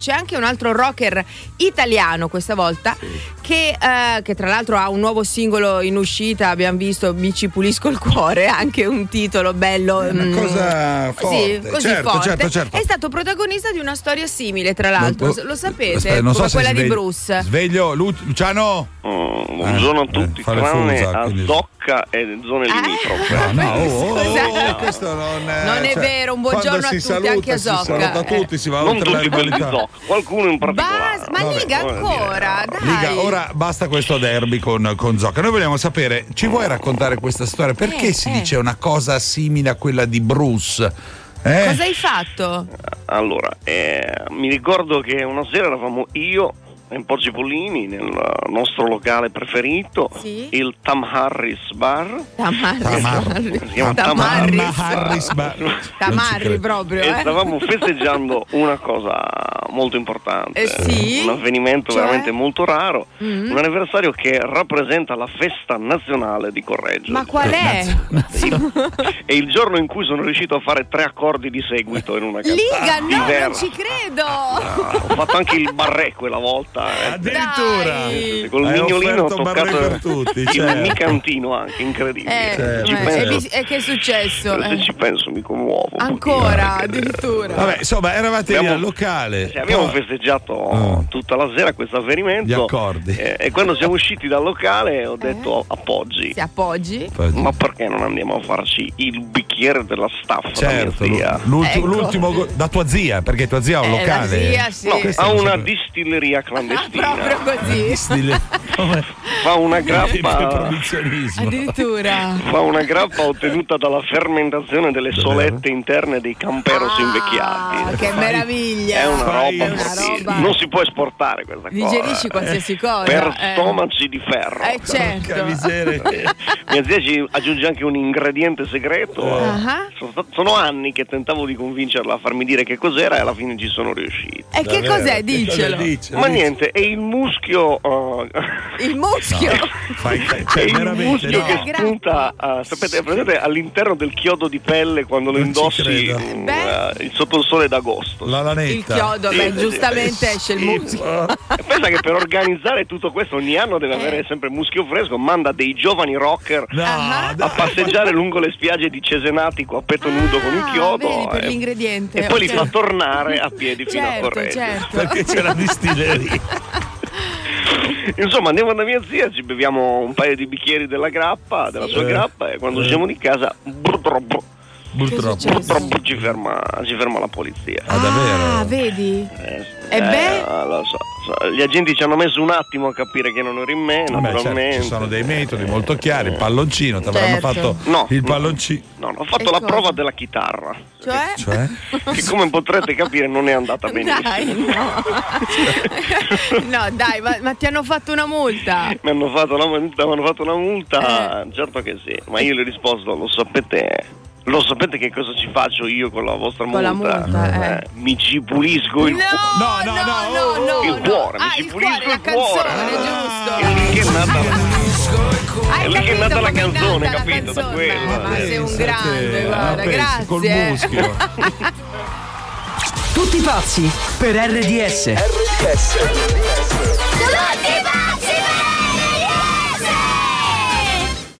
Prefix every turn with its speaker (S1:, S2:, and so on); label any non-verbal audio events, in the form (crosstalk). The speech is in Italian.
S1: C'è anche un altro rocker italiano questa volta che, eh, che tra l'altro ha un nuovo singolo in uscita, abbiamo visto Mi ci pulisco il cuore, (laughs) anche un titolo bello.
S2: È una
S1: mm,
S2: cosa
S1: Così,
S2: forte.
S1: così
S2: certo,
S1: forte.
S2: certo, certo.
S1: È stato protagonista di una storia simile, tra l'altro.
S2: Non-
S1: Lo sapete?
S2: Aspetta, non so
S1: come
S2: se
S1: quella di
S2: svegli-
S1: Bruce.
S2: Sveglio, Lu- Luciano.
S3: Oh, buongiorno a
S2: Eh,
S3: tutti,
S2: eh, fa le
S3: tranne
S2: fusa,
S3: a
S2: quindi-
S3: Zocca e zone
S1: Ah.
S3: limitrofe.
S1: (laughs)
S2: No, oh, oh,
S1: Scusa.
S2: oh, questo non, eh,
S1: Non è
S2: cioè,
S1: vero, un buongiorno
S2: quando
S1: a
S2: si
S1: tutti,
S2: saluta,
S1: anche a
S2: si
S1: Zocca.
S2: saluta
S1: Eh.
S2: tutti, si va
S3: Non
S2: oltre la
S3: tutti quelli di
S2: rivalità.
S3: Zocca, qualcuno in particolare.
S1: Bas- ma
S2: Vabbè,
S1: Liga
S3: voglio dire, eh,
S1: ancora,
S3: no.
S1: dai.
S2: Liga, ora basta questo derby con, con Zocca. Noi vogliamo sapere, ci vuoi raccontare questa storia? Perché
S1: Eh,
S2: si
S1: eh.
S2: dice una cosa simile a quella di Bruce? Eh?
S1: Cosa hai fatto?
S3: Allora, eh, mi ricordo che una sera eravamo io e un po' Cipollini nel nostro locale preferito,
S1: Sì.
S3: il Tam Harris Bar.
S1: Tamarri.
S2: Tamar-
S3: Si chiama
S1: Tamarri.
S3: Tamar-
S2: Harris, ma- non ci
S1: Tamarri
S2: credo.
S1: proprio,
S3: E
S1: eh.
S3: stavamo festeggiando una cosa molto importante,
S1: Eh sì?
S3: un avvenimento
S1: Cioè?
S3: veramente molto raro,
S1: Mm.
S3: un anniversario che rappresenta la festa nazionale di Correggio.
S1: Ma
S2: Eh,
S1: qual è?
S3: È il giorno in cui sono riuscito a fare tre accordi di seguito in una
S1: Liga,
S3: cantata
S1: no, non
S3: diversa.
S1: ci credo.
S3: Ah, ho fatto anche il barré quella volta. eh.
S2: Addirittura.
S1: Dai.
S3: Col
S2: Ah, Hai
S3: mignolino ho
S2: offerto barré
S3: toccato
S2: per tutti,
S3: il
S2: certo.
S3: micantino anche, incredibile.
S1: Eh,
S2: Certo,
S3: Ci
S1: eh,
S2: penso.
S1: e, vi- e che è successo?
S3: penso- Se
S1: Eh.
S3: ci penso mi commuovo. un
S1: Ancora,
S3: pochino, eh, che-
S1: addirittura.
S2: Vabbè, insomma, eravate lì
S3: Abbiamo-
S2: al locale. Ah,
S3: Sì, Cioè, abbiamo
S2: Poi-
S3: festeggiato
S2: Oh.
S3: tutta la sera questo avvenimento.
S2: Gli accordi.
S3: Eh, e quando siamo usciti dal locale
S1: Eh.
S3: ho detto appoggi.
S1: Si appoggi? Ah,
S2: Poi-
S3: Ma perché non andiamo a farci il bicchiere della staffa?
S2: Certo,
S3: da
S2: l'u-
S3: mia zia?
S2: l'ulti-
S1: Ecco.
S2: l'ultimo go- da tua zia, perché tua zia ha
S1: Eh,
S2: un
S1: la
S2: locale.
S1: zia, sì.
S3: No,
S2: Questo
S3: ha
S2: non
S3: una
S2: sapevo.
S3: distilleria
S1: (laughs)
S3: clandestina.
S1: Proprio così. (laughs)
S2: Stile- come-
S3: Fa una
S2: il
S3: grappa.
S2: provinzialismo.
S1: Addirittura.
S3: Fa una grappa ottenuta dalla fermentazione delle
S2: Davvero?
S3: solette interne dei camperos
S1: Ah,
S3: invecchiati.
S1: Che meraviglia.
S3: È una
S2: Fai-
S3: roba,
S1: È una
S3: così.
S1: roba.
S3: non si può esportare questa cosa.
S1: Digerisci qualsiasi cosa.
S3: Per
S1: eh.
S3: stomaci di ferro.
S1: Eh,
S2: Porca
S1: certo. (laughs)
S2: miseria.
S3: (laughs) Mia zia ci aggiunge anche un ingrediente segreto.
S2: Eh.
S1: Ah.
S3: Sono, sta- sono anni che tentavo di convincerla a farmi dire che cos'era e alla fine ci sono riuscito.
S1: E Eh, che
S2: Davvero,
S1: cos'è?
S2: che cosa
S1: Dicelo.
S2: dice?
S3: Ma
S2: Dice-
S3: niente, è il muschio. eh,
S1: Il muschio.
S2: Fai,
S3: è
S2: cioè,
S3: il
S2: veramente
S3: muschio
S2: no.
S3: che spunta, eh, sapete, è presente all'interno del chiodo di pelle quando lo
S2: Non ci
S3: indossi
S2: credo.
S3: mm,
S1: Beh.
S3: eh, sotto il sole d'agosto.
S2: La lanetta.
S1: Il chiodo, beh, giustamente esce il muschio.
S3: E Pensa che per organizzare tutto questo ogni anno deve
S1: Eh.
S3: avere sempre muschio fresco, manda dei giovani rocker
S2: No,
S1: Ah.
S3: a
S2: dai.
S3: passeggiare lungo le spiagge di Cesenatico a petto nudo con un
S1: Ah,
S3: chiodo
S1: vedi, per
S3: eh,
S1: l'ingrediente.
S3: e poi li
S1: Ok.
S3: fa tornare a piedi fino a
S1: Certo,
S3: Correggio.
S1: certo.
S2: Perché c'è la distilleria.
S3: (laughs) Insomma, andiamo da mia zia, ci beviamo un paio di bicchieri della grappa, della sua
S2: Eh.
S3: grappa e quando
S2: Eh.
S3: usciamo di casa brr, brr, brr,
S1: Che
S2: Purtroppo.
S1: succede?
S3: purtroppo ci ferma, ci ferma la polizia.
S2: Ah, davvero?
S1: Ah, vedi?
S3: Eh,
S1: E beh?
S3: lo so, so, gli agenti ci hanno messo un attimo a capire che non ero in
S2: Vabbè,
S3: me,
S2: certo,
S3: Eh, naturalmente.
S2: ci sono dei metodi molto chiari. Il palloncino, ti avranno
S1: Certo.
S2: fatto
S3: No,
S2: il
S3: no.
S2: palloncino.
S3: No, no, ho
S1: E
S3: fatto la
S1: cosa?
S3: prova della chitarra,
S1: Cioè?
S2: Cioè?
S3: che come potrete capire non è andata
S1: (laughs)
S3: benissimo.
S1: Dai, no. (laughs) no, dai, ma, ma ti hanno fatto una multa.
S3: (laughs) Mi hanno fatto una multa, mi hanno fatto una multa,
S1: Eh.
S3: certo che sì, ma io le ho risposto, lo sapete... Lo sapete che cosa ci faccio io con la vostra
S1: Con la multa, eh.
S3: Mi ci pulisco il cuore.
S2: No, no, no, oh, oh.
S3: Il cuore, mi
S1: Ah,
S3: ci
S1: il
S3: pulisco
S1: cuore, la
S3: il cuore.
S1: canzone,
S3: È lì che è nata la-
S1: giusto. Hai
S3: è lì che è
S1: capito
S3: nata la
S1: com'è
S3: canzone,
S1: nata la
S3: capito, da
S1: canzone?
S3: quello.
S1: Ma sei un
S2: Pensate,
S1: grande,
S2: ah,
S1: guarda,
S2: pensi, Col
S1: grazie.
S2: muschio.
S4: Tutti pazzi per RDS.
S5: RDS.